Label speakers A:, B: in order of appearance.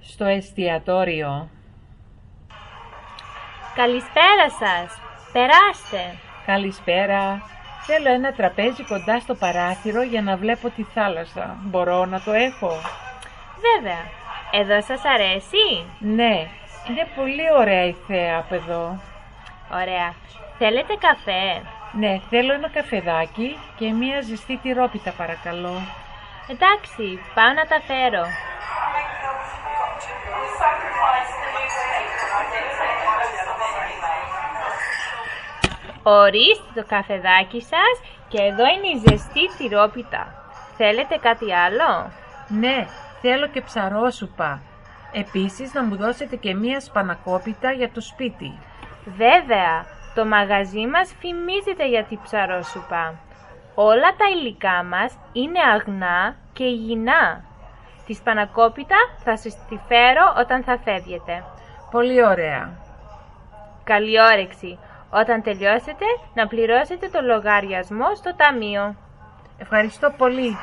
A: στο εστιατόριο.
B: Καλησπέρα σας. Περάστε.
A: Καλησπέρα. Θέλω ένα τραπέζι κοντά στο παράθυρο για να βλέπω τη θάλασσα. Μπορώ να το έχω.
B: Βέβαια. Εδώ σας αρέσει.
A: Ναι, είναι πολύ ωραία η θέα απ' εδώ.
B: Ωραία. Θέλετε καφέ.
A: Ναι, θέλω ένα καφεδάκι και μία ζεστή τυρόπιτα παρακαλώ.
B: Εντάξει, πάω να τα φέρω. Ορίστε το καφεδάκι σας και εδώ είναι η ζεστή τυρόπιτα. Θέλετε κάτι άλλο?
A: Ναι, θέλω και ψαρόσουπα. Επίσης να μου δώσετε και μία σπανακόπιτα για το σπίτι.
B: Βέβαια, το μαγαζί μας φημίζεται για την ψαρόσουπα. Όλα τα υλικά μας είναι αγνά και υγιεινά. Τη σπανακόπιτα θα σας τη φέρω όταν θα φεύγετε.
A: Πολύ ωραία.
B: Καλή όρεξη. Όταν τελειώσετε, να πληρώσετε το λογαριασμό στο ταμείο.
A: Ευχαριστώ πολύ.